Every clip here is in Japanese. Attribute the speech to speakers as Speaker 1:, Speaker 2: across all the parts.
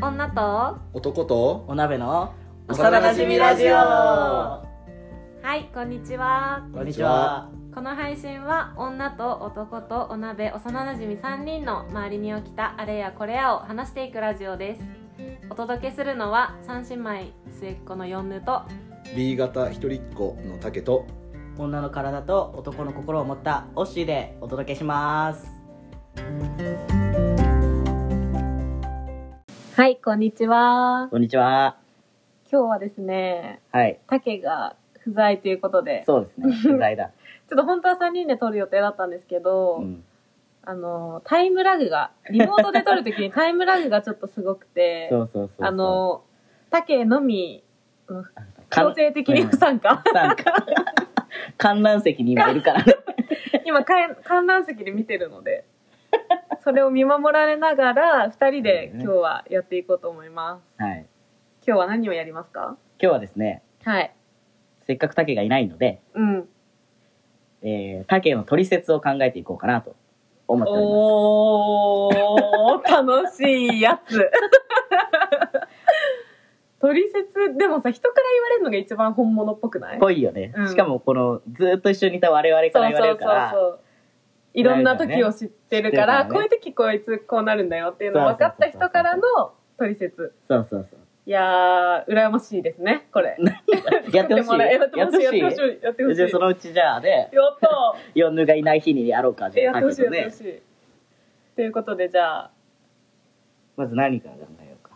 Speaker 1: 女と
Speaker 2: 男と
Speaker 3: お鍋の
Speaker 2: 幼馴染ラジオ
Speaker 1: はいこんにちは
Speaker 3: こんにちは
Speaker 1: この配信は女と男とお鍋幼なじみ3人の周りに起きたあれやこれやを話していくラジオですお届けするのは三姉妹末っ子の四女と
Speaker 2: B 型一人っ子の竹と
Speaker 3: 女の体と男の心を持ったオッシーでお届けします
Speaker 1: はいこんにちは
Speaker 3: こんにちは
Speaker 1: 今日はですね
Speaker 3: はい
Speaker 1: タケが不在ということでちょ
Speaker 3: そうですね不在 だ、
Speaker 1: っと本当は3人で撮る予定だったんですけど、
Speaker 3: うん、
Speaker 1: あのタイムラグがリモートで撮るときに タイムラグがちょっとすごくて
Speaker 3: そうそうそうそう
Speaker 1: あのタケのみ
Speaker 3: かん
Speaker 1: 強制的に不参加、
Speaker 3: なんか観覧席に今いるからね
Speaker 1: 今かえ観覧席で見てるのでそれを見守られながら2人で今日はやっていこうと思います
Speaker 3: はい今
Speaker 1: 今日は何をやりますか
Speaker 3: 日はですね
Speaker 1: はい
Speaker 3: せっかく竹がいないので、
Speaker 1: うん
Speaker 3: えー、竹の取説を考えていこうかなと思っておりま
Speaker 1: おー楽しいやつ取説でもさ人から言われるのが一番本物っぽくない
Speaker 3: すぽいよね、
Speaker 1: うん
Speaker 3: しかもこのずーっと一緒にいた我々から言われるから
Speaker 1: そうそうそうそういろんな時を知ってる
Speaker 3: 知ってるか
Speaker 1: から、
Speaker 3: らね
Speaker 1: こういう時こいつこうなるんだよっていうのを分かった人からの取説
Speaker 3: そうそうそう
Speaker 1: いやー羨ましいですねこれ
Speaker 3: やってほしい
Speaker 1: 作もらえやってほしい
Speaker 3: や
Speaker 1: や
Speaker 3: っ
Speaker 1: ってて
Speaker 3: ほし
Speaker 1: ほし
Speaker 3: い
Speaker 1: いやってほしい
Speaker 3: じゃあそのうちじゃあね
Speaker 1: やった
Speaker 3: 四ヌがいない日にやろうか
Speaker 1: ーえ
Speaker 3: じゃ
Speaker 1: や
Speaker 3: あ
Speaker 1: ってほしいや
Speaker 3: 竹と
Speaker 1: って
Speaker 3: ね
Speaker 1: ほしいということでじゃあ
Speaker 3: まず何から考えようか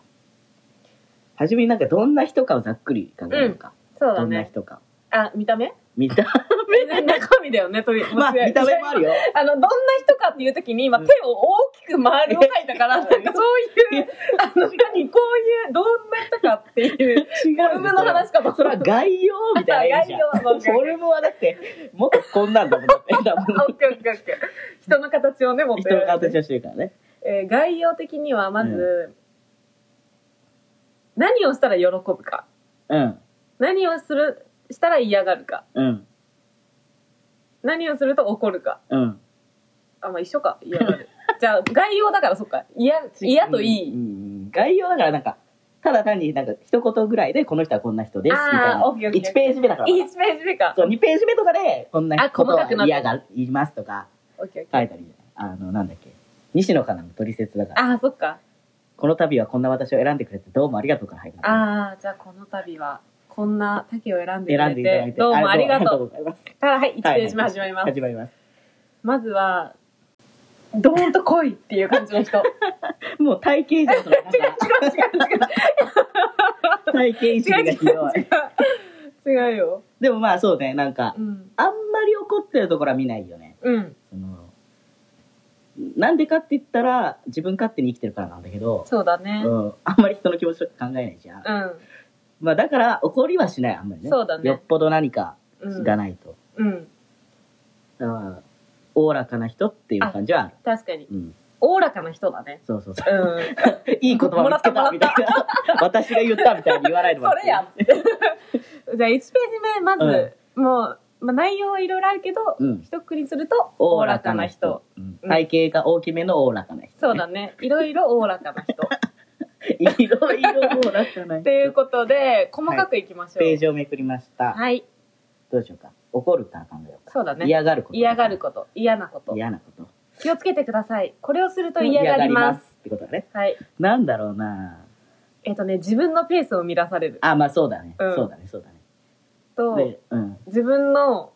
Speaker 3: はじめになんかどんな人かをざっくり考えようか、
Speaker 1: そうだ
Speaker 3: どんな
Speaker 1: ね
Speaker 3: 人か
Speaker 1: あ見た目
Speaker 3: 見た
Speaker 1: 中身だよねとり
Speaker 3: まあ見た目もあるよ
Speaker 1: あのどんな人かっていう時に今
Speaker 3: うん
Speaker 1: 手を大きく丸を書いた から、なんかそういうあの何こういうどんな人かって いう
Speaker 3: 違
Speaker 1: フォルムの話かと
Speaker 3: それは概要みたいな意味じゃん
Speaker 1: あ概要の概要
Speaker 3: フォルムはだってもっとこんなんだもん だってだもん
Speaker 1: あオッケーオッケーオッケー人の形をね持って
Speaker 3: 人の形
Speaker 1: を、
Speaker 3: をしてるからね
Speaker 1: えー概要的にはまず、何をしたら喜ぶか
Speaker 3: うん
Speaker 1: 何をするしたら嫌がるか
Speaker 3: うん
Speaker 1: 何をすると怒るか
Speaker 3: うん
Speaker 1: あまあ一緒か嫌 がるじゃあ概要だからそっか嫌 嫌といい、
Speaker 3: うんうん概要だからなんかただ単になんか一言ぐらいでこの人はこんな人ですみ
Speaker 1: あー
Speaker 3: たいな
Speaker 1: オッケーオッケー
Speaker 3: 1ページ目だから
Speaker 1: いい1ページ目か
Speaker 3: そう2ページ目とかでこんな
Speaker 1: あ細
Speaker 3: こと
Speaker 1: かく
Speaker 3: は
Speaker 1: なって
Speaker 3: 嫌がいますとか
Speaker 1: オッケーオッケー
Speaker 3: 書いたりあのなんだっけ西野カナの取説だから
Speaker 1: ああそっか
Speaker 3: この度はこんな私を選んでくれてどうもありがとうから入る
Speaker 1: ああじゃあこの度はこんな竹を選んでく
Speaker 3: 選
Speaker 1: れ
Speaker 3: んでい
Speaker 1: て
Speaker 3: ただいて
Speaker 1: どうもありがとう
Speaker 3: ございます
Speaker 1: からはい1ページ目始まります、
Speaker 3: 始まります
Speaker 1: まずはドーンと来いっていう感じ の人
Speaker 3: もう体型以上とかなんか
Speaker 1: 違う違う違う
Speaker 3: 体型意識が ひどい
Speaker 1: 違うよ。
Speaker 3: でもまあそうねなんか
Speaker 1: うん。
Speaker 3: あんまり怒ってるところは見ないよね
Speaker 1: うん。
Speaker 3: そのなんでかって言ったら自分勝手に生きてるからなんだけど、
Speaker 1: そうだ
Speaker 3: う
Speaker 1: ね。
Speaker 3: ん、あんまり人の気持ちとか考えないじゃん、
Speaker 1: うん。
Speaker 3: まあ、だから怒りはしないあんまりね
Speaker 1: そうだね
Speaker 3: よっぽど何か
Speaker 1: うん。
Speaker 3: がないと、
Speaker 1: うん。
Speaker 3: だからおおらかな人っていう感じはある
Speaker 1: 確かに。
Speaker 3: うん
Speaker 1: おおらかな人だね。
Speaker 3: そうそうそう
Speaker 1: うん。
Speaker 3: いい言葉見つけ
Speaker 1: もら
Speaker 3: た
Speaker 1: った
Speaker 3: みたいな私が言ったみたいに言わないでもらって
Speaker 1: それやって。 じゃあ1ページ目、まず、もう、まあ、内容はいろいろあるけど、
Speaker 3: うん
Speaker 1: 一括りすると、
Speaker 3: お
Speaker 1: お
Speaker 3: お
Speaker 1: お
Speaker 3: ら
Speaker 1: ら
Speaker 3: か
Speaker 1: か
Speaker 3: な
Speaker 1: な
Speaker 3: 人う
Speaker 1: 人。、
Speaker 3: ん
Speaker 1: うん
Speaker 3: 体型が大きめのおおらかな 人
Speaker 1: そうだ ね。いろいろおおらかな人。っ
Speaker 3: いろいろおおらかな人
Speaker 1: ていうことで、細かくいきましょう。
Speaker 3: ページをめくりました、
Speaker 1: はい。
Speaker 3: どうしようか怒るから考えようか
Speaker 1: そうだね。
Speaker 3: 嫌がること
Speaker 1: 嫌がること、嫌なこと。
Speaker 3: 嫌なこと
Speaker 1: 気をつけてください。これをすると嫌がります。
Speaker 3: すってことだね
Speaker 1: はい。
Speaker 3: なんだろうな
Speaker 1: えっ、とね、自分のペースを乱される。
Speaker 3: あまあそうだね、
Speaker 1: うん
Speaker 3: そうだねそうだね
Speaker 1: と、
Speaker 3: で、うん、
Speaker 1: 自分の、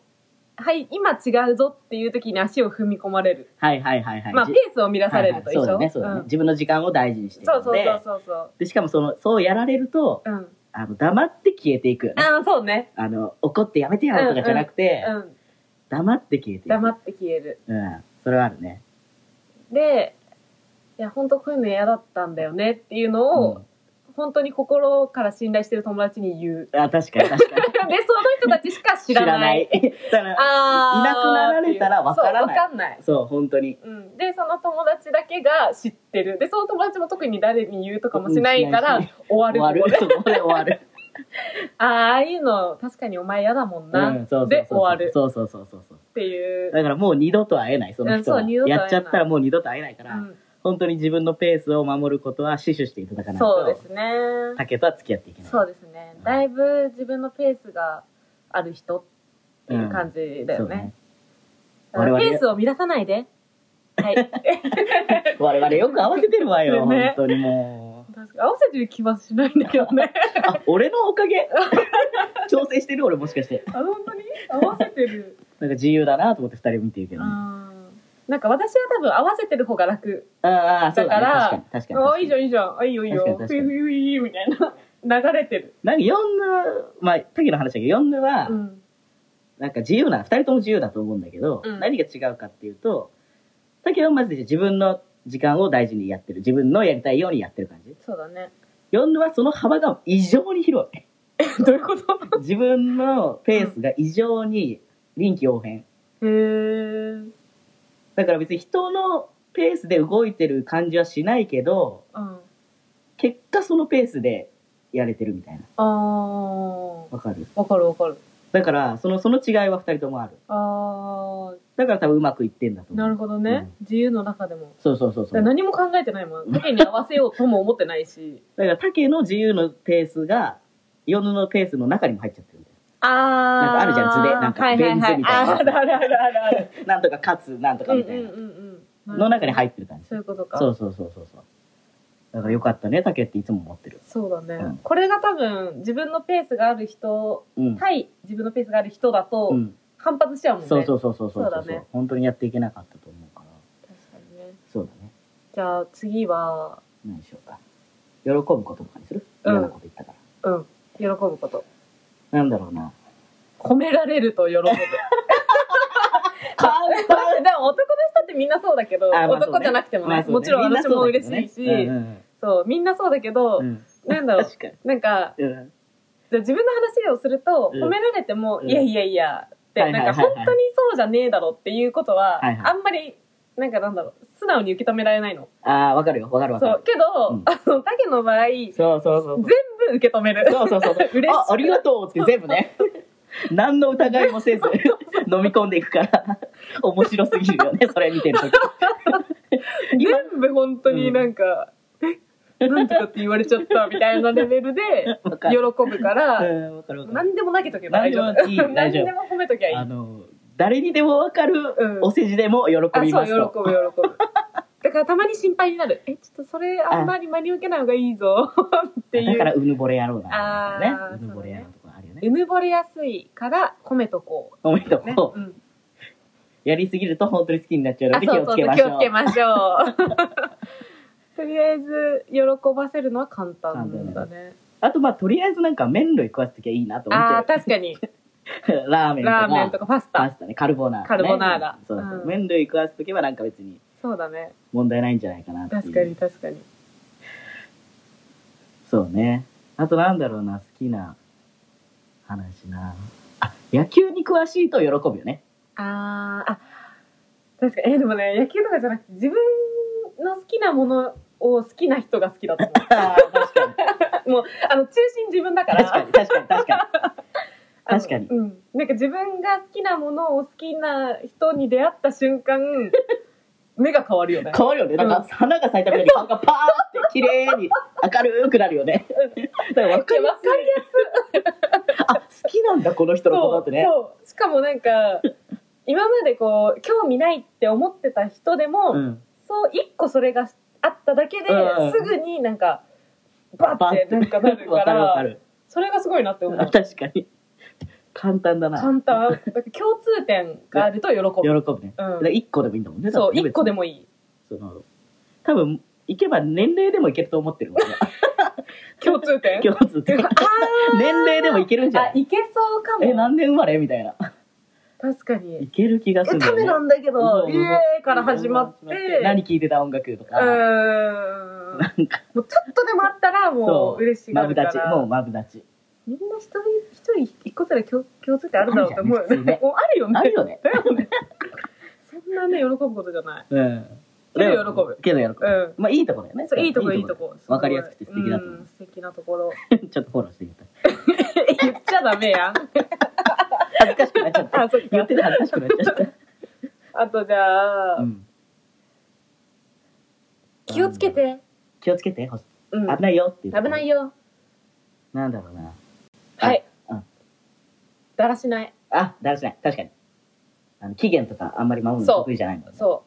Speaker 1: はい、今違うぞっていう時に足を踏み込まれる。
Speaker 3: はいはいはいはい、
Speaker 1: まあ、ペ
Speaker 3: じ
Speaker 1: ースを乱されると一緒、
Speaker 3: はいはいそうだねそうだね、
Speaker 1: ん
Speaker 3: 自分の時間を大事にしてる
Speaker 1: そ
Speaker 3: の
Speaker 1: う
Speaker 3: で
Speaker 1: そうそうそうそう。
Speaker 3: でしかもそのそうやられると
Speaker 1: うん。
Speaker 3: あの黙って消えていくよね
Speaker 1: ああ、そうね。
Speaker 3: あの怒ってやめてよとかじゃなくて、
Speaker 1: うん。
Speaker 3: 黙って消えていく
Speaker 1: 黙って消える。
Speaker 3: うんそれはあるね
Speaker 1: で、いや、本当こういうの嫌だったんだよねっていうのを、本当に心から信頼してる友達に 言う。
Speaker 3: うんあ確かに確かに
Speaker 1: で、その人たちし か知らない。
Speaker 3: 知らない だから
Speaker 1: ああ。
Speaker 3: いなくなられたらわからない
Speaker 1: そう、わかんない。
Speaker 3: そう本当に
Speaker 1: うん、でその友達だけが知ってるでその友達も特に誰に言うとかもしないから、
Speaker 3: うんし
Speaker 1: 終
Speaker 3: 終
Speaker 1: わ
Speaker 3: わ
Speaker 1: る
Speaker 3: るそうここ で終わる
Speaker 1: あーああいうの確かにお前嫌だもんな、
Speaker 3: う
Speaker 1: っ
Speaker 3: んそうそうそう
Speaker 1: で終わる
Speaker 3: そうそうそうそうそう
Speaker 1: ていう、
Speaker 3: だからもう二度と会えないその人は
Speaker 1: うんそう二度と会えな
Speaker 3: や
Speaker 1: い
Speaker 3: っちゃったらもう二度と会えないから、
Speaker 1: うん
Speaker 3: 本当に自分のペースを守ることは死守していただかない
Speaker 1: そ
Speaker 3: と
Speaker 1: うですね。
Speaker 3: 竹とは付き合っていけない
Speaker 1: そうですね。だいぶ自分のペースがある人っていう感じだ
Speaker 3: そう
Speaker 1: よね。だ
Speaker 3: 我
Speaker 1: から
Speaker 3: 々
Speaker 1: ペースを乱さないで。 はい。
Speaker 3: 我々よく合わせてるわよ、
Speaker 1: ね
Speaker 3: 本当にもう
Speaker 1: 確かに合わせてる気はしないんだけど ね。
Speaker 3: あ俺のおか げ調整してる俺もしかして
Speaker 1: あ、本当に合わせてる。
Speaker 3: なんか自由だなと思って二人見てるけど、ね、
Speaker 1: あーなんか私は多分合わせてる方が楽。
Speaker 3: ああそうだ,、ね、
Speaker 1: だから
Speaker 3: 確かに確かに確
Speaker 1: あ
Speaker 3: か
Speaker 1: あ、い
Speaker 3: に
Speaker 1: いじゃん、いいじゃん。あ、いいよ、いいよ。
Speaker 3: 確かに確
Speaker 1: ふ
Speaker 3: か
Speaker 1: い
Speaker 3: に
Speaker 1: ふいふいみたいな。流れて る。
Speaker 3: なんかヨンヌまあ竹の話だけどヨンヌは、
Speaker 1: うん。
Speaker 3: なんか自由な二人とも自由だと思うんだけど、
Speaker 1: うん
Speaker 3: 何が違うかっていうと竹はまず自分の時間を大事にやってる自分のやりたいようにやってる感じ
Speaker 1: そう だね。
Speaker 3: ヨンヌはその幅が異常に広 い
Speaker 1: どういうこと
Speaker 3: 自分のペースが異常に臨機応変
Speaker 1: へー。
Speaker 3: だから別に人のペースで動いてる感じはしないけど
Speaker 1: うん。
Speaker 3: 結果そのペースでやれてるみたいな
Speaker 1: あー。
Speaker 3: わかる
Speaker 1: わかるわかる。
Speaker 3: だからそのその違いは二人ともある
Speaker 1: あ
Speaker 3: だから多分うまくいってんだと
Speaker 1: ー。
Speaker 3: 思う
Speaker 1: なるほどね。自由の中でも。
Speaker 3: そうそうそう
Speaker 1: だ
Speaker 3: そ
Speaker 1: から
Speaker 3: う
Speaker 1: 何も考えてないもん。世間に合わせようとも思ってないし。
Speaker 3: だから竹の自由のペースが世のペースの中にも入っちゃってるみたい
Speaker 1: あー。な ん
Speaker 3: かあるじゃん図でなんか
Speaker 1: はいはい
Speaker 3: ベ
Speaker 1: は
Speaker 3: ン図
Speaker 1: い
Speaker 3: みたいな
Speaker 1: あーあるあるあるあるある。
Speaker 3: ななんとか勝つなんと
Speaker 1: う
Speaker 3: か
Speaker 1: んう
Speaker 3: み
Speaker 1: ん
Speaker 3: たいな
Speaker 1: うんうん。
Speaker 3: の中に入ってる感じ
Speaker 1: そういうことか。
Speaker 3: そうそうそうそうそうだからよかったね竹っていつも思ってる
Speaker 1: そうだね、
Speaker 3: うん
Speaker 1: これが多分自分のペースがある人
Speaker 3: うん、
Speaker 1: 対自分のペースがある人だと
Speaker 3: うん、
Speaker 1: 反発しちゃうもんね、
Speaker 3: そうそうそうそうそう
Speaker 1: そうだね
Speaker 3: 本当にやっていけなかったと思うから
Speaker 1: 確かにね
Speaker 3: そうだね
Speaker 1: じゃあ次は
Speaker 3: 何しようか喜ぶこととかにする
Speaker 1: うん
Speaker 3: 嫌なこと言ったから、
Speaker 1: うん喜ぶこと
Speaker 3: なんだろうな
Speaker 1: 褒められる と喜ぶだ
Speaker 3: 簡
Speaker 1: ってでも男の人ってみんなそうだけど、
Speaker 3: あまあそうね
Speaker 1: 男じゃなくてもね,、もちろん私も嬉しいし、
Speaker 3: うんうん
Speaker 1: そうみんなそうだけど、
Speaker 3: うん
Speaker 1: なんだろう
Speaker 3: 確かに
Speaker 1: なんか
Speaker 3: うん
Speaker 1: じゃあ自分の話をすると
Speaker 3: うん
Speaker 1: 褒められても、
Speaker 3: うん
Speaker 1: いやいやいやって、
Speaker 3: はいはいはい
Speaker 1: な
Speaker 3: は
Speaker 1: ん
Speaker 3: い
Speaker 1: か本当にそうじゃねえだろっていうこと
Speaker 3: は
Speaker 1: は、
Speaker 3: いはい
Speaker 1: あんまりなんかなんだろう素直に受け止められないの
Speaker 3: ああわかるよわかるわか
Speaker 1: そう
Speaker 3: る
Speaker 1: けど、
Speaker 3: うん
Speaker 1: あのタケの場合全
Speaker 3: そうそうそうそう
Speaker 1: 部受け止める
Speaker 3: そうそうそうそう。
Speaker 1: 嬉しい
Speaker 3: あ、ありがとうって全部ね。何の疑いもせず飲み込んでいくから面白すぎるよねそれ見てる時
Speaker 1: 全部本当になんか、えなんとかって言われちゃったみたいなレベルで
Speaker 3: わか
Speaker 1: 喜
Speaker 3: る
Speaker 1: ぶから、
Speaker 3: うんわかるわかる
Speaker 1: 何でも投げとけば大丈夫
Speaker 3: 何でもいい
Speaker 1: 何
Speaker 3: 大丈
Speaker 1: で
Speaker 3: 夫
Speaker 1: も褒めときゃいい
Speaker 3: あの誰にでもわかる
Speaker 1: うん
Speaker 3: お世辞でも喜
Speaker 1: あそう
Speaker 3: び
Speaker 1: 喜ぶ
Speaker 3: ます
Speaker 1: 喜
Speaker 3: と
Speaker 1: ぶ だからたまに心配になるえちょっとそれあんまり真に受けない方がい いぞってい
Speaker 3: だから
Speaker 1: う
Speaker 3: うぬぼれ野郎だなね
Speaker 1: あー
Speaker 3: うぬぼれ野郎とかあるよね
Speaker 1: うぬぼれやすいから褒めとこ
Speaker 3: おめでと
Speaker 1: う、ね
Speaker 3: う
Speaker 1: うん、
Speaker 3: やりすぎると本当に好きになっちゃう
Speaker 1: あ
Speaker 3: の
Speaker 1: そ
Speaker 3: で
Speaker 1: う
Speaker 3: 気
Speaker 1: そ
Speaker 3: を
Speaker 1: う
Speaker 3: つ
Speaker 1: そう
Speaker 3: けま
Speaker 1: 気
Speaker 3: し
Speaker 1: を
Speaker 3: ょ
Speaker 1: つ
Speaker 3: う
Speaker 1: けまし ょうとりあえず喜ばせるのは簡単だね
Speaker 3: あとまあとりあえずなんか麺類食わすときはいいなと思
Speaker 1: ああ
Speaker 3: って
Speaker 1: 確かに
Speaker 3: る ラーメンと
Speaker 1: ラーメ
Speaker 3: か
Speaker 1: ンとかパス
Speaker 3: パ
Speaker 1: タ
Speaker 3: スタねカルボナーラね
Speaker 1: カルボナーラ
Speaker 3: そうそう
Speaker 1: うん
Speaker 3: 麺類食わすときはなんか別に
Speaker 1: そうだね
Speaker 3: 問題ないんじゃないかなっていう
Speaker 1: 確かに確かに
Speaker 3: そうね。あとなんだろうな、好きな話な。あ、野球に詳しいと喜ぶよね。
Speaker 1: あーあ確かにえでもね野球とかじゃなくて自分の好きなものを好きな人が好きだと 思う
Speaker 3: 確かに。
Speaker 1: あの中心自分だから
Speaker 3: 確かに、確かに、 確か
Speaker 1: あの
Speaker 3: 確かに
Speaker 1: うん、なんか自分が好きなものを好きな人に出会った 瞬間目が変わるよね
Speaker 3: に。変わるよね。なん
Speaker 1: うん
Speaker 3: か、花が咲いたみたいに顔がパーって綺麗に明るくなるよね。だから分かり
Speaker 1: わ
Speaker 3: ま
Speaker 1: かりや
Speaker 3: す。あ、好きなんだ、この人のことってね。
Speaker 1: そうそうしかもな んか今までこう興味ないって思ってた人でも、
Speaker 3: うん。
Speaker 1: そう一個それがあっただけで、
Speaker 3: うん
Speaker 1: すぐになんかバッてなんかなるか
Speaker 3: わかるわからる。
Speaker 1: それがすごいなって思
Speaker 3: あ
Speaker 1: う
Speaker 3: 確かに。簡単だな。
Speaker 1: 簡単だから共通点があると喜
Speaker 3: 喜
Speaker 1: ぶ、
Speaker 3: ぶね。だから
Speaker 1: う
Speaker 3: 一個でもいいんだもんね。
Speaker 1: ん、そう
Speaker 3: だって
Speaker 1: 一個でもいい
Speaker 3: その多分行けば年齢でも行けると思ってるもん ね
Speaker 1: 共通点
Speaker 3: 共通点年齢 でも行けるんじゃな
Speaker 1: あ
Speaker 3: い
Speaker 1: いけそうか
Speaker 3: え
Speaker 1: も
Speaker 3: 何年生まれみたいな
Speaker 1: 確かに
Speaker 3: 行ける気がする
Speaker 1: え
Speaker 3: んだ
Speaker 1: た
Speaker 3: よ
Speaker 1: め
Speaker 3: ね
Speaker 1: なんだけ
Speaker 3: そう
Speaker 1: ど
Speaker 3: そうそう
Speaker 1: 「イエーイ!」から始まって
Speaker 3: 何聴いてた音楽と
Speaker 1: う
Speaker 3: か
Speaker 1: ーん
Speaker 3: なんか
Speaker 1: もうちょっとでもあったらも
Speaker 3: そう
Speaker 1: 嬉しい
Speaker 3: マ
Speaker 1: な
Speaker 3: ブ
Speaker 1: るか
Speaker 3: ダチも
Speaker 1: ら
Speaker 3: うマブダチ
Speaker 1: みんな一人一人一個ずらい共共通点あるだろうと思 うよ
Speaker 3: あるじゃん普通
Speaker 1: ね
Speaker 3: ね
Speaker 1: もうあるよね
Speaker 3: あるよね
Speaker 1: だよね そんなね喜ぶことじゃない
Speaker 3: うん
Speaker 1: けど喜ぶ
Speaker 3: けど喜ぶ
Speaker 1: うん
Speaker 3: まあいいところだよね
Speaker 1: そういいとこいいとこ
Speaker 3: ろわかりやすくて素敵だと
Speaker 1: う
Speaker 3: 思
Speaker 1: ん素敵なところ
Speaker 3: うちょっとフォローしてみた
Speaker 1: 言っちゃダメやん
Speaker 3: 恥ずかしくなっちゃっ
Speaker 1: あ
Speaker 3: た
Speaker 1: そっか
Speaker 3: 言ってて恥ずかしくなっちゃっ
Speaker 1: あとじゃあ、
Speaker 3: たうん
Speaker 1: 気をつけて。
Speaker 3: 気をつけて、ほし
Speaker 1: うん。
Speaker 3: 危ないよっていう。
Speaker 1: 危ない
Speaker 3: よ。
Speaker 1: よ。
Speaker 3: なんだろうな。
Speaker 1: はい
Speaker 3: うん。
Speaker 1: だらしない。
Speaker 3: あ、だらしない。確かに。あの期限とかあんまり守る
Speaker 1: そう
Speaker 3: の得意じゃないもんね。
Speaker 1: そ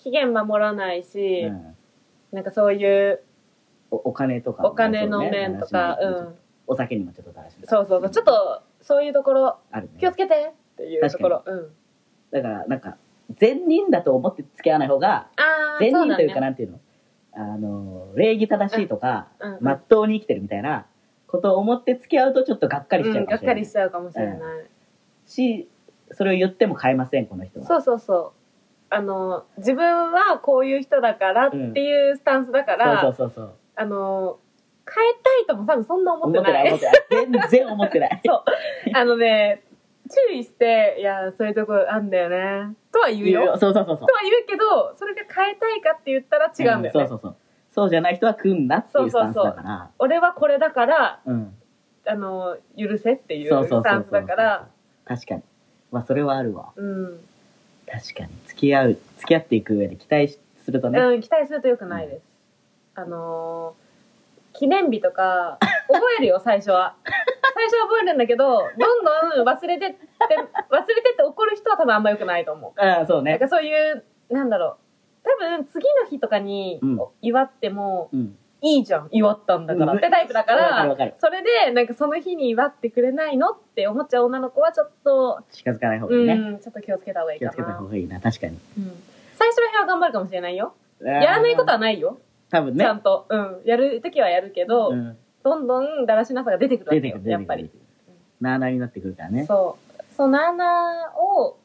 Speaker 1: う。期限守らないし、
Speaker 3: うん
Speaker 1: なんかそういう
Speaker 3: おお金とかもね。
Speaker 1: お金の
Speaker 3: そうね
Speaker 1: 面とか、う。
Speaker 3: 話も
Speaker 1: ん。
Speaker 3: お酒にもちょっとだらしない。
Speaker 1: そうそうそう。ちょっと、そういうところ、
Speaker 3: あるね。
Speaker 1: 気をつけてっていうところ。うん。
Speaker 3: だから、なんか、善人だと思って付き合わない方が、
Speaker 1: ああ、
Speaker 3: 善
Speaker 1: そう
Speaker 3: 人
Speaker 1: だ
Speaker 3: というか、
Speaker 1: ね。
Speaker 3: なんていうの、あの、礼儀正しいとか、
Speaker 1: うんうん
Speaker 3: まっとうに生きてるみたいなことを思って付き合うと、ちょっとがっかりしち
Speaker 1: う
Speaker 3: ゃ
Speaker 1: ん、
Speaker 3: うかも
Speaker 1: がっ
Speaker 3: しれ
Speaker 1: か
Speaker 3: ない。
Speaker 1: りしちゃうかもしれない。
Speaker 3: し、それを言っても変えません、この人は。
Speaker 1: そうそうそう。あの、自分はこういう人だからっていうスタンスだから、
Speaker 3: そうそうそうそう。
Speaker 1: あの、変えたいとも多分そんな思っ
Speaker 3: 思
Speaker 1: て
Speaker 3: って
Speaker 1: な
Speaker 3: ない、
Speaker 1: い。
Speaker 3: 思ってない。全然思ってない。
Speaker 1: そうあのね、注意して、いや、そういうとこあんだよね。とは言うよ。
Speaker 3: そうそうそうそう
Speaker 1: と。は言うけど、それが変えたいかって言ったら違うんだよね。
Speaker 3: そうそうそう。そうじゃない人は来んなっていうスタンスだから。
Speaker 1: 俺はこれだから、
Speaker 3: うん。
Speaker 1: あの、許せっていう
Speaker 3: そうそうそうそう
Speaker 1: スタンスだから、
Speaker 3: 確かに。まあ、それはあるわ。
Speaker 1: うん。
Speaker 3: 確かに。付き合う、付き合っていく上で期待しするとね。
Speaker 1: うん、期待すると良くないです。あのー記念日とか、覚 えるよ、最初は。最初は覚えるんだけど、どんどん忘れてって、忘れてって怒る人は多分あんま良くないと思
Speaker 3: ああ、そう
Speaker 1: う。なん
Speaker 3: ね。
Speaker 1: かそういう、なんだろう。多分、次の日とかに
Speaker 3: うん
Speaker 1: 祝っても、
Speaker 3: うん。
Speaker 1: いいじゃん、祝ったんだから
Speaker 3: うん
Speaker 1: ってタイプだか
Speaker 3: わかるわ
Speaker 1: ら、
Speaker 3: かる。
Speaker 1: それで、なんかその日に祝ってくれないのって思っちゃう女の子はちょっと、
Speaker 3: 近づかない方がいいね。
Speaker 1: うん、ちょっと気をつけた方がいい
Speaker 3: 気
Speaker 1: か
Speaker 3: をつけた方
Speaker 1: な。
Speaker 3: がいいな、確かに。
Speaker 1: うん最初の日は頑張るかもしれないよ。
Speaker 3: や
Speaker 1: やらないことはないよ。
Speaker 3: 多分
Speaker 1: ち
Speaker 3: ね。
Speaker 1: ゃんと、うん、やるときはやるけど、
Speaker 3: うん
Speaker 1: どんどんだらしなさが出てくるわけ
Speaker 3: 出
Speaker 1: よ
Speaker 3: てくる、出
Speaker 1: や
Speaker 3: て
Speaker 1: っ
Speaker 3: く
Speaker 1: ぱ
Speaker 3: る
Speaker 1: り。。
Speaker 3: なあなあになってくるからね。
Speaker 1: そう。そう、なあなあを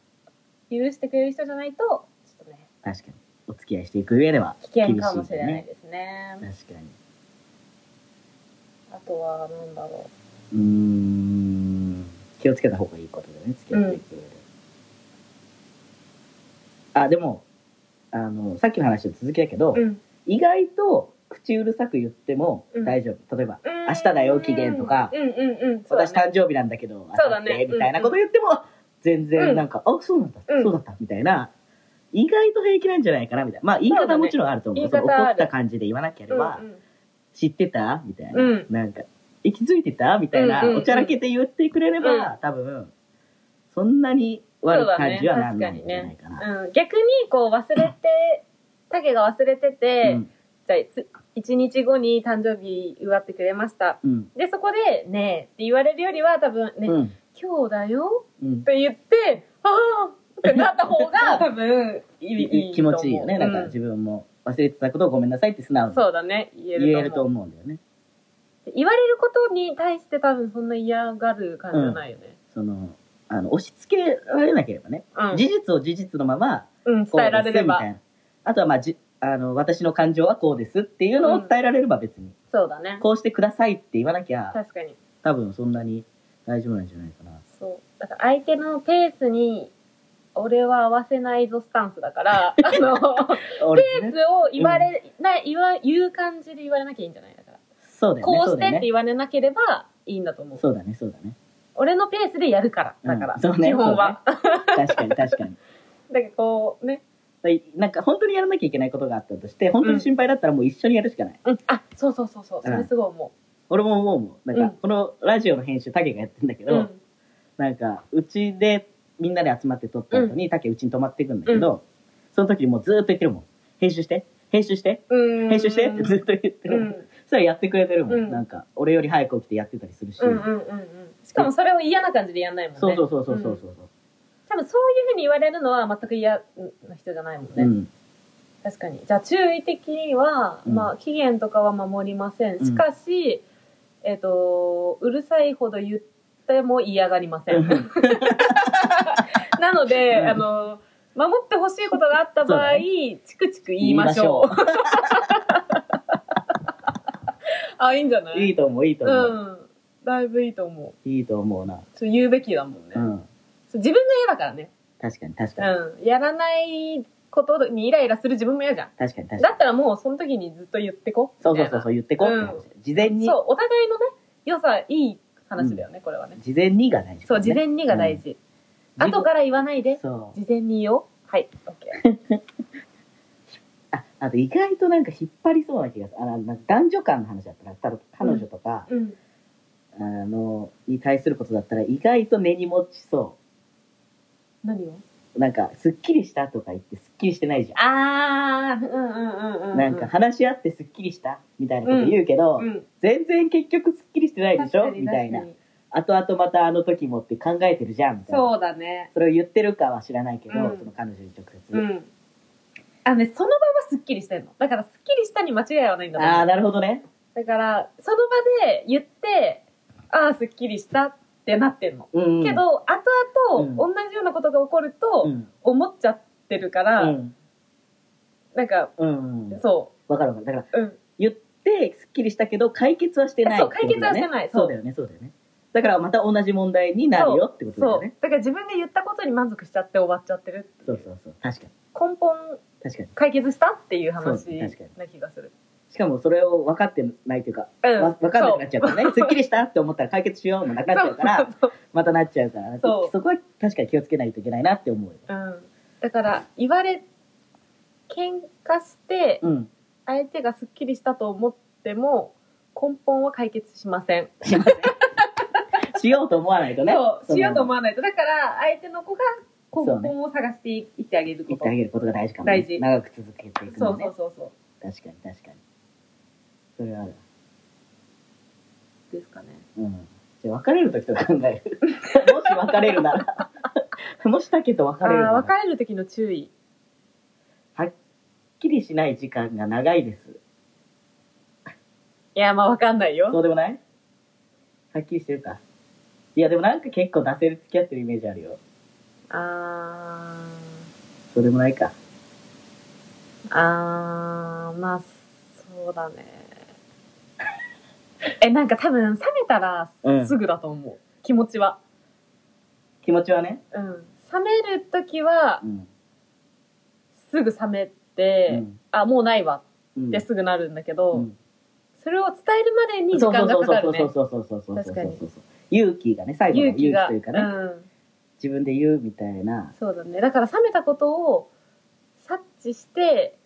Speaker 1: 許してくれる人じゃないと、ちょっとね、
Speaker 3: 確かに。お付き合いしていく上では。
Speaker 1: 危険かもしれないですね。
Speaker 3: 確かに。
Speaker 1: あとは、なんだろ
Speaker 3: うーん気をつけた方がいいことだよね付き合っていく上で、あでもあのさっきの話の続きだけど、
Speaker 1: う。うん。
Speaker 3: 意外と口うるさく言っても
Speaker 1: うん
Speaker 3: 大丈夫、例えば「明日だよ期限」とか
Speaker 1: うんうんう
Speaker 3: 「
Speaker 1: ん。そうだ
Speaker 3: 私
Speaker 1: ね
Speaker 3: 誕生日なんだけど
Speaker 1: そうだね
Speaker 3: 明後日みたいなこと言っても、全然なんか「あそうなんだ、
Speaker 1: うん
Speaker 3: そうだった」みたいな意外と平気なんじゃないかなみたいなまあ言い
Speaker 1: そう
Speaker 3: 方
Speaker 1: だね
Speaker 3: もちろんあると思う
Speaker 1: 言い
Speaker 3: その
Speaker 1: 方
Speaker 3: 怒
Speaker 1: ある
Speaker 3: った感じで言わなければ、
Speaker 1: うんうん
Speaker 3: 知ってたみたいな、
Speaker 1: うん
Speaker 3: なんか、え気づいてたみたいな、
Speaker 1: うんうんうん
Speaker 3: おちゃらけて言ってくれれば、
Speaker 1: うん
Speaker 3: 多分、そんなに悪い感じはなんないんじゃないかな。
Speaker 1: うん、逆にこう忘れて、タケが忘れてて、
Speaker 3: うん
Speaker 1: じゃあつ1日後に誕生日祝ってくれました。
Speaker 3: うん。
Speaker 1: で、そこで、ねえって言われるよりは多分ね、
Speaker 3: うん。
Speaker 1: 今日だよ
Speaker 3: うん
Speaker 1: っ。て言って、ああってなった方 が多分いいいい
Speaker 3: 気持ちいいよね。
Speaker 1: と
Speaker 3: だ
Speaker 1: 思
Speaker 3: か
Speaker 1: う
Speaker 3: ら自分も忘れてたことをごめんなさいって素直
Speaker 1: うん
Speaker 3: に
Speaker 1: そうだね、言え
Speaker 3: 言え
Speaker 1: る
Speaker 3: る
Speaker 1: と
Speaker 3: と
Speaker 1: 思
Speaker 3: 思
Speaker 1: う。
Speaker 3: うんだよね。
Speaker 1: 言われることに対して多分そんな嫌がる感じじゃないよね。
Speaker 3: その、あの、押し付けられなければね。
Speaker 1: うん。
Speaker 3: 事実を事実のまま、
Speaker 1: うん、
Speaker 3: こう
Speaker 1: 伝えら
Speaker 3: で
Speaker 1: れ
Speaker 3: す
Speaker 1: れ
Speaker 3: みた
Speaker 1: ば
Speaker 3: い。な。あとは、まあ、じあの、私の感情はこうですっていうのを伝えられれば別に、
Speaker 1: そうだね。
Speaker 3: こうしてくださいって言わなきゃ、
Speaker 1: 確かに。
Speaker 3: 多分そんなに大丈夫なんじゃないかな。
Speaker 1: そう。だから相手のペースに、俺は合わせないぞスタンスだ から、あの、
Speaker 3: 俺
Speaker 1: ペースを言われ、ない、言わ、言う感じで言われなきゃいいんじゃないだから。
Speaker 3: そうだよね。
Speaker 1: こうしてって
Speaker 3: ね
Speaker 1: 言われなければいいんだと思う。
Speaker 3: そうだね、そうだね。
Speaker 1: 俺のペースでやるから、だから、
Speaker 3: うんそうね
Speaker 1: 基本は。
Speaker 3: 確かに確かに。
Speaker 1: だけどこうね、
Speaker 3: でなんか本当にやらなきゃいけないことがあったとして、本当に心配だったらもう一緒にやるしかない。
Speaker 1: うん、あ、そうそうそうそう、それすごい思
Speaker 3: 俺も思うもん。なん
Speaker 1: う
Speaker 3: か
Speaker 1: ん
Speaker 3: このラジオの編集、タケがやってんだけ
Speaker 1: う。
Speaker 3: ど、
Speaker 1: うん、
Speaker 3: なんかうちでみんなで集まって撮った後に、タケうちに泊まっていくんだけど、その時にもうずーっと言ってるもん。編集して、編集して、
Speaker 1: うん。
Speaker 3: 編集してってずっと言って
Speaker 1: う
Speaker 3: るもん。
Speaker 1: ん、
Speaker 3: それはやってくれてるもん。
Speaker 1: うん
Speaker 3: なんか俺より早く起きてやってたりするし。
Speaker 1: うん、うん、うんうん。しかもそれを嫌な感じでやんないもんね。
Speaker 3: そうそうそうそうそう
Speaker 1: うん
Speaker 3: そう。
Speaker 1: 多分そういうふうに言われるのは全く嫌な人じゃないもんね。
Speaker 3: うん
Speaker 1: 確かに。じゃあ注意的には、
Speaker 3: うん
Speaker 1: まあ期限とかは守りません。
Speaker 3: うん
Speaker 1: しかし、えっ、と、うるさいほど言っても嫌がりません。 なので、
Speaker 3: うん
Speaker 1: あの、守ってほしいことがあった場
Speaker 3: そう
Speaker 1: 合、
Speaker 3: だ
Speaker 1: チクチク言いましょ う。
Speaker 3: 言いまし
Speaker 1: あ、いいんじゃな
Speaker 3: ょう。
Speaker 1: い
Speaker 3: いいと思う、いいと
Speaker 1: う
Speaker 3: 思う。
Speaker 1: ん。だいぶいいと思
Speaker 3: いいと思うな。
Speaker 1: う。そう言うべきだもんね。
Speaker 3: うん。
Speaker 1: そう自分が嫌だからね。
Speaker 3: 確かに確かに。
Speaker 1: うん。やらないことにイライラする自分も嫌じゃん。
Speaker 3: 確かに確かに
Speaker 1: だ。ったらもうその時にずっと言ってこ。
Speaker 3: そうそうそう
Speaker 1: み
Speaker 3: そう言ってこうって話、事前
Speaker 1: たいな
Speaker 3: に
Speaker 1: そう、お互いのね、良さ、いい話だよね、これはね。
Speaker 3: 事前にが大事、ね、
Speaker 1: そう、事前にが大事。
Speaker 3: うん
Speaker 1: 後から言わないで、
Speaker 3: そう
Speaker 1: 事前によ。はい、オッケー。
Speaker 3: ああと意外となんか引っ張りそうな気がする。あのなんか男女間の話だったら、ただ彼女とか、
Speaker 1: うん。
Speaker 3: あの、に対することだったら意外と根に持ちそ
Speaker 1: 何を
Speaker 3: う。なんか、すっきりしたとか言ってすっきりしてないじゃん。
Speaker 1: あー、うんうんうんうん。
Speaker 3: なんか、話し合ってすっきりしたみたいなこと言うけど、
Speaker 1: うん。
Speaker 3: 全然結局すっきりしてないでしょ
Speaker 1: 確かに
Speaker 3: みたいな
Speaker 1: 確か。に
Speaker 3: 後々またあの時もって考えてるじゃんみたいな。
Speaker 1: そうだね。
Speaker 3: それを言ってるかは知らないけど、
Speaker 1: うん
Speaker 3: その彼女に直接。
Speaker 1: うん。あのね、その場はすっきりしてんの。だから、すっきりしたに間違いはないんだもん
Speaker 3: ああ、なるほどね。
Speaker 1: だから、その場で言って、ああ、すっきりしたってなってんの。
Speaker 3: うん。
Speaker 1: け、ど、後
Speaker 3: うん
Speaker 1: 々、同じようなことが起こる
Speaker 3: う
Speaker 1: と、
Speaker 3: ん。
Speaker 1: 思っちゃってるから、
Speaker 3: うん。
Speaker 1: なんか、
Speaker 3: うん。
Speaker 1: そ
Speaker 3: わかるわかる。だから、
Speaker 1: う。うん。
Speaker 3: 言って、すっきりしたけど、解決はしてない
Speaker 1: そう
Speaker 3: ってことだよね
Speaker 1: 解決はしてないそう
Speaker 3: そうだよね、そうだよね。だから、また同じ問題になるよってことだ
Speaker 1: そ
Speaker 3: よ
Speaker 1: う。だ
Speaker 3: ね。
Speaker 1: から自分で言ったことに満足しちゃって終わっちゃってる。
Speaker 3: そうそうそう確かに。
Speaker 1: 根本
Speaker 3: 確かに。
Speaker 1: 解決したっていう話
Speaker 3: そう確かに
Speaker 1: な気がする。
Speaker 3: しかも、それを分かってないというか、
Speaker 1: うん。
Speaker 3: わ分かんなくなっ
Speaker 1: ち
Speaker 3: ちゃうからね。すっきりしたって思ったら解決しようもなくなっちゃうから、またなっちゃうから、
Speaker 1: そ
Speaker 3: そうこは確かに気をつけないといけないなって思うよ。
Speaker 1: うん。だから、言われ、喧嘩して、
Speaker 3: うん。
Speaker 1: 相手がすっきりしたと思っても、根本は解決しません。
Speaker 3: しませんしようと思わないとね。
Speaker 1: そう、
Speaker 3: の
Speaker 1: しようと思わないと。だから、相手の子が根本を探していってあげるこ
Speaker 3: 言っ
Speaker 1: と。
Speaker 3: てあげることが大事かも、
Speaker 1: 大事
Speaker 3: 長く続けていく
Speaker 1: そ
Speaker 3: の
Speaker 1: う
Speaker 3: ね
Speaker 1: そうそうそ
Speaker 3: 確かに確かにそれはある
Speaker 1: う。ですかね。
Speaker 3: うんじゃあ別れる時と考えるもし別れるならもしだけど別
Speaker 1: あ
Speaker 3: れるな
Speaker 1: あ、
Speaker 3: ら
Speaker 1: 別れる時の注意。
Speaker 3: すっきりしない時間が長いです
Speaker 1: いや、まあわかんないよ。
Speaker 3: そうでもないはっきりしてるかいやでもなんか結構出せる付き合ってるイメージあるよ
Speaker 1: あ
Speaker 3: そうでもないか
Speaker 1: ー、あー、まあ、そうだね。 え、なんか多分、冷めたら
Speaker 3: うん
Speaker 1: すぐだと思う。気持ちは。
Speaker 3: 気持ちはね
Speaker 1: うん。冷める時は
Speaker 3: う、ん、
Speaker 1: すぐ冷めて、
Speaker 3: うん
Speaker 1: あ、もうないわ
Speaker 3: うん
Speaker 1: ってすぐなるんだけど、
Speaker 3: うん
Speaker 1: それを伝えるまでに時間がかかるね。
Speaker 3: そうそうそうそうそうそうそうそう
Speaker 1: 確かに
Speaker 3: そうそう勇気がね最後の
Speaker 1: 勇
Speaker 3: 勇気
Speaker 1: 気が。
Speaker 3: というかね、
Speaker 1: うん。
Speaker 3: 自分で言うみたいな
Speaker 1: そうだね。だから冷めたことを察知して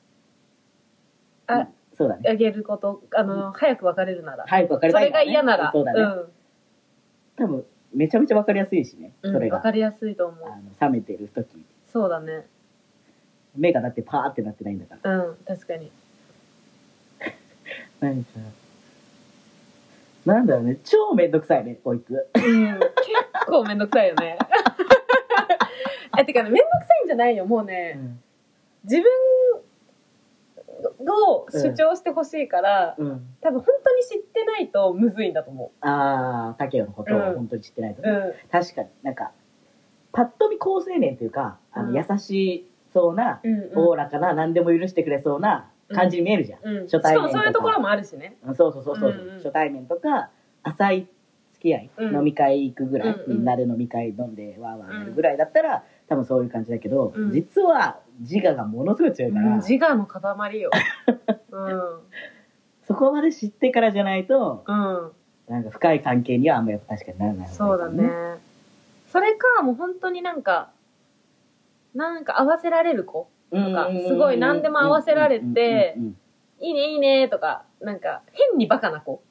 Speaker 1: あ
Speaker 3: そうだね
Speaker 1: あげること、あの、早く別れるなら。
Speaker 3: 早く別れ
Speaker 1: そ
Speaker 3: たい
Speaker 1: れ
Speaker 3: から
Speaker 1: が
Speaker 3: ね
Speaker 1: 嫌なら。
Speaker 3: そうだね、多分めちゃめちゃ分かりやすいしね、
Speaker 1: うん。
Speaker 3: そ
Speaker 1: うん
Speaker 3: れが
Speaker 1: わかりやすいと思う。
Speaker 3: あの冷めてる時
Speaker 1: そうだね。
Speaker 3: 目がだってパーってなってないんだか
Speaker 1: うん。確かに。
Speaker 3: らなんかなんだろうね超めんどくさいねこいつ
Speaker 1: うん。結構めんどくさいよね。え、てかね、めんどくさいんじゃないよ。もうね、自分を主張してほしいから、
Speaker 3: うん
Speaker 1: 多分本当に知ってないとむずいんだと思
Speaker 3: ああ竹雄のことを
Speaker 1: うん
Speaker 3: 本当に知ってないと、
Speaker 1: う。うん。
Speaker 3: 確かになんかパッと見好青年というかあの
Speaker 1: うん
Speaker 3: 優しそうな
Speaker 1: うん、
Speaker 3: おお
Speaker 1: う
Speaker 3: らかな何でも許してくれそうな感じに見えるじゃん、
Speaker 1: ん。うん。し
Speaker 3: 初
Speaker 1: か
Speaker 3: 対面
Speaker 1: もそういうところもあるしね。
Speaker 3: うんそうそうそうそう、
Speaker 1: うんうん
Speaker 3: 初対面とか浅い付き合い、
Speaker 1: うん
Speaker 3: 飲み会行くぐらい、
Speaker 1: うんうん
Speaker 3: みんなで飲み会飲んでわーわーやるぐらいだったら、多分そういう感じだけど、
Speaker 1: うん
Speaker 3: 実は自我がものすごい強いから、
Speaker 1: うん自我の塊よ。うん。
Speaker 3: そこまで知ってからじゃないと
Speaker 1: うん。
Speaker 3: なんか深い関係にはあんまやっぱ確かにならない
Speaker 1: そうだね。それか、もう本当になんか、なんか合わせられる子。
Speaker 3: なん
Speaker 1: かすごい何でも合わせられていいね、いいね、とか、なんか、変にバカな子。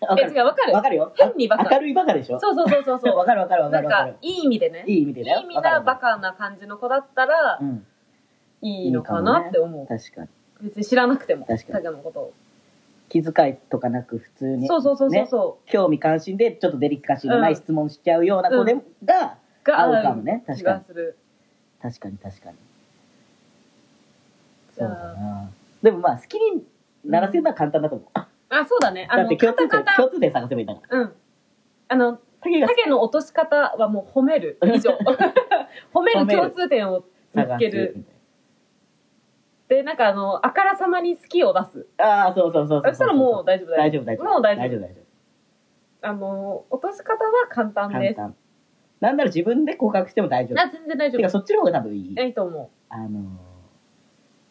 Speaker 3: わか
Speaker 1: え、違
Speaker 3: る
Speaker 1: う、わかる
Speaker 3: わかるよ
Speaker 1: 変にバカ
Speaker 3: 明。るいバカでしょ
Speaker 1: そうそうそうそう
Speaker 3: そう
Speaker 1: そ
Speaker 3: わかるわかるわ
Speaker 1: う。
Speaker 3: か
Speaker 1: な
Speaker 3: る
Speaker 1: ん
Speaker 3: わか
Speaker 1: か
Speaker 3: る、
Speaker 1: いい意味でね。
Speaker 3: いい意味
Speaker 1: い
Speaker 3: で
Speaker 1: い
Speaker 3: だよ
Speaker 1: 意味なバ
Speaker 3: わか
Speaker 1: カな感じの子だったら
Speaker 3: る、うん
Speaker 1: いいのかなって思う。
Speaker 3: 確かに
Speaker 1: 別に知らなくても、
Speaker 3: 確かに
Speaker 1: タケのことを。
Speaker 3: 気遣いとかなく普通に
Speaker 1: そうそうそうそう
Speaker 3: ね
Speaker 1: そう。
Speaker 3: 興味関心でちょっとデリカシーのない質問しちゃうような子でも、が
Speaker 1: が
Speaker 3: 合うかもね
Speaker 1: 合う
Speaker 3: 確かに
Speaker 1: 気がする。
Speaker 3: 確かに確かに
Speaker 1: じ
Speaker 3: そ
Speaker 1: ゃ
Speaker 3: う
Speaker 1: あ
Speaker 3: だなでもまあ好きにならせるのは簡単だと思う、
Speaker 1: あ、そうだね。あ
Speaker 3: だって
Speaker 1: の、
Speaker 3: 共
Speaker 1: カ
Speaker 3: 通
Speaker 1: タ
Speaker 3: 点
Speaker 1: カタ。
Speaker 3: 共通点探せばいいんだから
Speaker 1: うん。あの、
Speaker 3: 竹が
Speaker 1: 影の落とし方はもう褒め る。以上。褒める
Speaker 3: 褒める
Speaker 1: 共通点を見つ
Speaker 3: 探
Speaker 1: け
Speaker 3: せ
Speaker 1: る。
Speaker 3: みたい
Speaker 1: で、なんかあの、あからさまに好きを出す。
Speaker 3: なああそうそうそうそう
Speaker 1: そしたらもう大丈夫
Speaker 3: 大
Speaker 1: 大丈
Speaker 3: 丈夫大丈夫
Speaker 1: もう大丈夫
Speaker 3: 大丈夫大丈
Speaker 1: 夫。あの、落とし方は簡単
Speaker 3: 夫
Speaker 1: で
Speaker 3: 簡
Speaker 1: す。
Speaker 3: 単なんなら自分で告白しても大丈夫
Speaker 1: あ、全然大丈
Speaker 3: てか
Speaker 1: 夫。
Speaker 3: そっちの方が多分いい
Speaker 1: いいと思う。
Speaker 3: あのー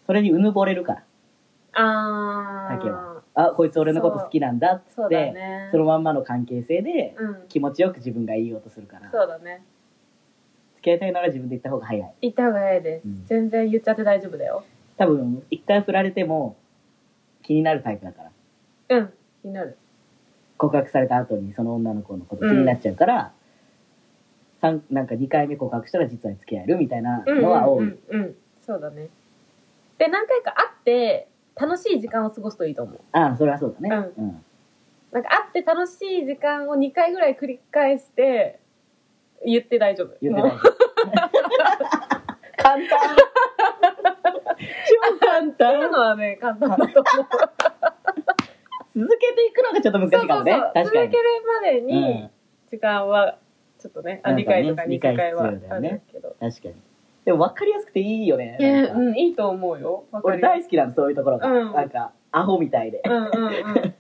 Speaker 3: それにうぬぼれるから
Speaker 1: あ
Speaker 3: だけ
Speaker 1: ー
Speaker 3: は。あこいつ俺のこと好きなんだっつ
Speaker 1: そう
Speaker 3: っ
Speaker 1: だ
Speaker 3: て
Speaker 1: ね。
Speaker 3: のまんまの関係性で
Speaker 1: うん。
Speaker 3: 気持ちよく自分が言いようとするから
Speaker 1: そうだね。
Speaker 3: 付き合いたいなら自分で言った方が早い
Speaker 1: 言った方が早いです
Speaker 3: うん。
Speaker 1: 全然言っちゃって大丈夫だよ。
Speaker 3: 多分、一回振られても気になるタイプだから。
Speaker 1: うん。気になる。
Speaker 3: 告白された後にその女の子のこと気になっちゃうから、三なんか2回目告白したら実は付き合えるみたいな
Speaker 1: うんうん
Speaker 3: のは多い。
Speaker 1: うんうん。そうだね。で、何回か会って、楽しい時間を過ごすといいと思う。
Speaker 3: ああ、それはそうだね。
Speaker 1: う
Speaker 3: うん。
Speaker 1: なんか会って楽しい時間を2回ぐらい繰り返して、言って大丈夫。
Speaker 3: 言って
Speaker 1: も
Speaker 3: な
Speaker 1: う
Speaker 3: い。簡単。超簡
Speaker 1: そういう
Speaker 3: 単。
Speaker 1: の はね、簡単だと思う。
Speaker 3: 続けていくのがちょっと難しいかもね。
Speaker 1: そうそうそう
Speaker 3: 確か
Speaker 1: 続け
Speaker 3: に。
Speaker 1: るまでに
Speaker 3: うん
Speaker 1: 時間は、ちょっとね、あ
Speaker 3: なん
Speaker 1: 理
Speaker 3: かね
Speaker 1: 解とか2回はあ
Speaker 3: 理解必要だよね
Speaker 1: るけど。
Speaker 3: 確かに。でも分かりやすくていいよね。
Speaker 1: え
Speaker 3: なんか
Speaker 1: うん、いいと思うよ。わか
Speaker 3: 俺
Speaker 1: るよ
Speaker 3: 大好きなの、そういうところが。
Speaker 1: うん
Speaker 3: なんか、アホみたいで。
Speaker 1: うんうんうん。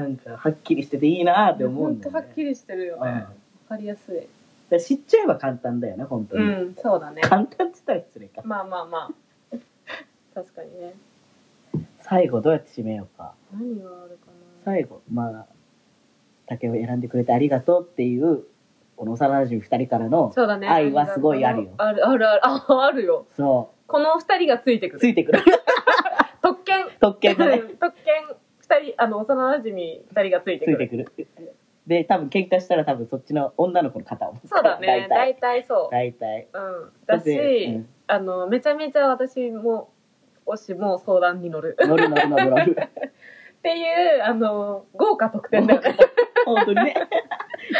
Speaker 3: なんか、はっきりしてていいなーって思う
Speaker 1: ほ
Speaker 3: ん
Speaker 1: ん
Speaker 3: だ
Speaker 1: と
Speaker 3: よ、
Speaker 1: は
Speaker 3: ね。
Speaker 1: っきりしてるよね。
Speaker 3: うん
Speaker 1: わかりやすい。
Speaker 3: だから知っちゃえば簡単だよね、本当
Speaker 1: う
Speaker 3: に。
Speaker 1: ん、そうだね。
Speaker 3: 簡単って言ったら失礼か。
Speaker 1: まあまあまあ。確かにね。
Speaker 3: 最後どうやって締めようか。
Speaker 1: 何があるかな。
Speaker 3: 最後、まあ、竹を選んでくれてありがとうっていう、この幼馴染二人からの、
Speaker 1: そうだね。
Speaker 3: 愛はすごいあるよ
Speaker 1: あるあるある。あ、あるよ。
Speaker 3: そ
Speaker 1: この二人がついてく
Speaker 3: う、つ
Speaker 1: る。
Speaker 3: いてく る。
Speaker 1: 特権。
Speaker 3: 特権がね、
Speaker 1: うん特権二人、あの、幼馴染み二人がついて
Speaker 3: つ
Speaker 1: く
Speaker 3: い
Speaker 1: る。
Speaker 3: てくる。で、多分喧嘩したら多分そっちの女の子の肩を持つ
Speaker 1: そうだね。
Speaker 3: 大体。
Speaker 1: 大体そ
Speaker 3: 大体。
Speaker 1: う。うん。だ
Speaker 3: っ
Speaker 1: し、
Speaker 3: てうん
Speaker 1: あの、めちゃめちゃ私も、推しも相談に乗る。
Speaker 3: 乗る乗る乗る乗る。
Speaker 1: っていう、あの、豪華特典だよね。
Speaker 3: 本当にね。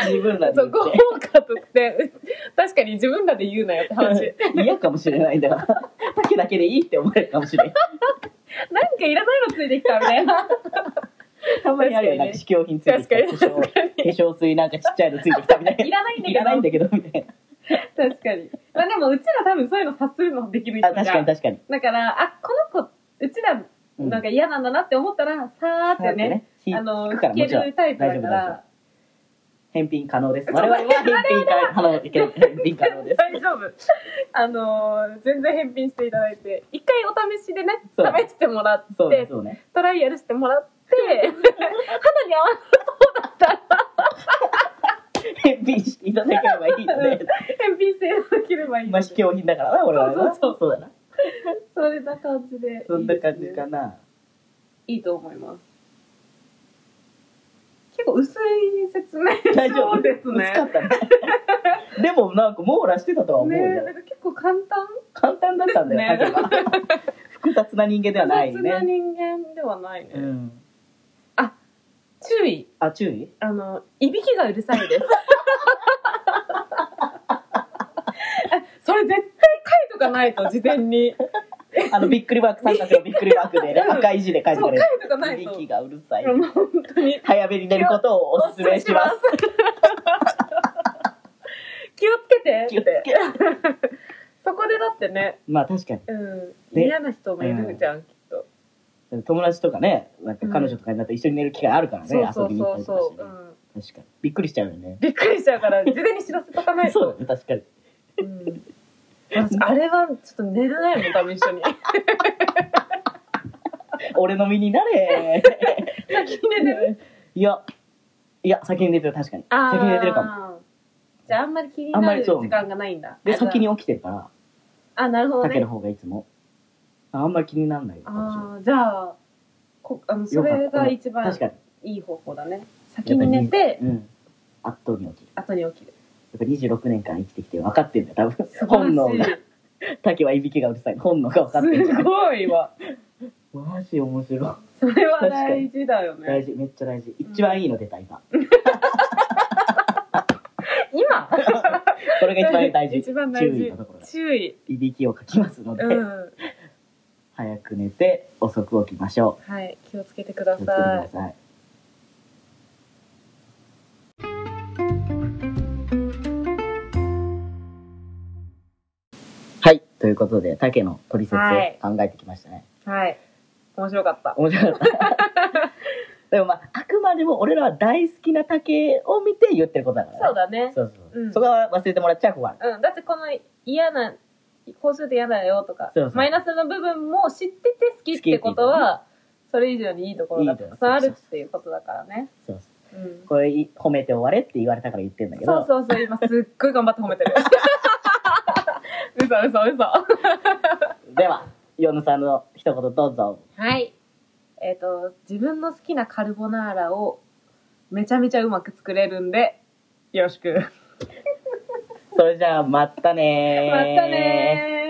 Speaker 3: 自分らで
Speaker 1: そう、
Speaker 3: 言
Speaker 1: 豪
Speaker 3: っ
Speaker 1: 華特典。確かに自分らで言うなよって話。
Speaker 3: て。 嫌かもしれないんだから。竹だけでいいって思えるかもしれない。
Speaker 1: なんかいらないのついてきたみたいな。
Speaker 3: たまにあるよ、なんか試供品ついてきたり
Speaker 1: 確
Speaker 3: 化
Speaker 1: かに
Speaker 3: 粧化粧水なんかちっちゃいのついてきたみたいな。
Speaker 1: いらないんだけど
Speaker 3: いらないんだけど、みたい
Speaker 1: 確かに。まあでも、うちら多分そういうの察するのできる
Speaker 3: な。あ、
Speaker 1: 人
Speaker 3: 確
Speaker 1: じ
Speaker 3: か
Speaker 1: ゃ
Speaker 3: に
Speaker 1: ん。
Speaker 3: 確かに。
Speaker 1: だから、あ、この子、うちら
Speaker 3: うん
Speaker 1: なんか嫌なんだなって思ったら、さーってね、
Speaker 3: ひ
Speaker 1: あの、
Speaker 3: 聞くから
Speaker 1: 聞
Speaker 3: も
Speaker 1: け
Speaker 3: ちろん
Speaker 1: るタイプだか
Speaker 3: 大丈夫
Speaker 1: ら、
Speaker 3: 返品可能です。
Speaker 1: そう
Speaker 3: 我々は返品可能返品可能です。
Speaker 1: 大丈夫。 あの、全然返品していただいて、一回お試しでね、
Speaker 3: そう
Speaker 1: 試してもらっ
Speaker 3: そうね
Speaker 1: て、
Speaker 3: そうね。
Speaker 1: トライアルしても らって、肌に合わ
Speaker 3: 返品していただければいいので。
Speaker 1: ない返品していただければいい の
Speaker 3: まあ、
Speaker 1: で。
Speaker 3: 試供品だからな、俺はな。
Speaker 1: そうそう
Speaker 3: そうだな。
Speaker 1: そんな感じで。
Speaker 3: そんな感じ
Speaker 1: いいですね
Speaker 3: かな。
Speaker 1: いいと思います。結構薄い説明。
Speaker 3: 大丈
Speaker 1: そ
Speaker 3: 夫
Speaker 1: うですね
Speaker 3: 薄かったね。でもなんか網羅してたとは思う
Speaker 1: ね
Speaker 3: よ
Speaker 1: なん。か結構簡単
Speaker 3: 簡単だったんだよ、
Speaker 1: ですね
Speaker 3: ハゲは 複雑な人間ではない
Speaker 1: 雑な
Speaker 3: ね。
Speaker 1: 人間ではないね。
Speaker 3: うん。
Speaker 1: 注意
Speaker 3: あ、注意
Speaker 1: あの、いびきがうるさ いです。それ絶対書いとかないと、事前に。
Speaker 3: あの、びっくりマーク、三角のびっくりマークで、ね、
Speaker 1: うん
Speaker 3: 赤い字で書いて
Speaker 1: そ
Speaker 3: く
Speaker 1: う、
Speaker 3: れ
Speaker 1: 書いとかな
Speaker 3: る。
Speaker 1: い
Speaker 3: い
Speaker 1: と。
Speaker 3: びきがうるさい。
Speaker 1: もう本当に。
Speaker 3: 早めに寝ることをお勧めします。
Speaker 1: 気をつけて
Speaker 3: 気を
Speaker 1: っ
Speaker 3: つけ
Speaker 1: て。そこでだってね、
Speaker 3: まあ確か
Speaker 1: うん、
Speaker 3: ね
Speaker 1: 嫌な人もいるじゃん、きっと。
Speaker 3: に。友達とかね、なんか彼女とかになって一緒に寝る機会あるからね、
Speaker 1: そうそ
Speaker 3: 遊び
Speaker 1: う
Speaker 3: に行っ
Speaker 1: そ
Speaker 3: た
Speaker 1: う
Speaker 3: りとかし
Speaker 1: そ
Speaker 3: て
Speaker 1: う、
Speaker 3: ね、
Speaker 1: うん。
Speaker 3: 確かに。びっくりしちゃうよね。
Speaker 1: びっくりしちゃうから、事前に知らせとかないと。
Speaker 3: そうだね、確かに。
Speaker 1: うん私あれはちょっと寝れないもん多分一緒に
Speaker 3: 俺の身になれ。
Speaker 1: 先に寝てる
Speaker 3: いや、いや、先に寝てる、確かに。
Speaker 1: あー
Speaker 3: 先に寝てるかも。
Speaker 1: じゃああんまり気に
Speaker 3: あん
Speaker 1: な
Speaker 3: ま
Speaker 1: る
Speaker 3: りそう
Speaker 1: 時間がないんだ
Speaker 3: で、
Speaker 1: あじゃあ
Speaker 3: 先に起きてるから、
Speaker 1: あなるほど
Speaker 3: 竹の
Speaker 1: ね
Speaker 3: 方がいつも。ああんまり気にならない。
Speaker 1: あーじゃあこあのそれが一番
Speaker 3: 確かに。
Speaker 1: いい方法だね先に寝て
Speaker 3: うん。圧倒に起きる。
Speaker 1: 後に起きる
Speaker 3: やっぱ26年間生きてきて分かってんだよ、多分
Speaker 1: 素。
Speaker 3: 本能
Speaker 1: 晴ら
Speaker 3: が
Speaker 1: し。
Speaker 3: 竹はいびきがうるさい。本能が分かって
Speaker 1: い
Speaker 3: る。
Speaker 1: すごいわ
Speaker 3: マジ面白い。
Speaker 1: それは大事だよ
Speaker 3: 大
Speaker 1: ね
Speaker 3: 事、めっちゃ大事。一番いいの出た、今。
Speaker 1: 今
Speaker 3: これが一番大事。
Speaker 1: 一番大
Speaker 3: 注意
Speaker 1: 事
Speaker 3: のところだ。
Speaker 1: 注意
Speaker 3: いびきをかきますので、
Speaker 1: うん
Speaker 3: 早く寝て、遅く起きましょ
Speaker 1: はい気をつけてくだ
Speaker 3: う。気をつけてく
Speaker 1: さ
Speaker 3: だ
Speaker 1: い
Speaker 3: さい。はい。ということで、竹の取説を
Speaker 1: はい
Speaker 3: 考えてきましたね。
Speaker 1: はい面白かった
Speaker 3: 面白かった でもまああくまでも俺らは大好きな竹を見て言ってることだからね
Speaker 1: そうだね
Speaker 3: そうそう
Speaker 1: うん
Speaker 3: そこは忘れてもらっちゃ困る
Speaker 1: うん、だってこの嫌な、こうすると嫌だよとか、
Speaker 3: そうそう
Speaker 1: マイナスの部分も知ってて好きってことは、それ以上にいいところがたくさんあるっていうことだからね。
Speaker 3: そうそ
Speaker 1: うん
Speaker 3: う。これい褒めて終われって言われたから言ってんだけど
Speaker 1: そうそうそう、今すっ ごい頑張って褒めてる。嘘嘘嘘。
Speaker 3: では与野さんの一言どうぞ。
Speaker 1: はい。えっ、と、自分の好きなカルボナーラをめちゃめちゃうまく作れるんで、よろしく。
Speaker 3: それじゃあ、またね
Speaker 1: またねー。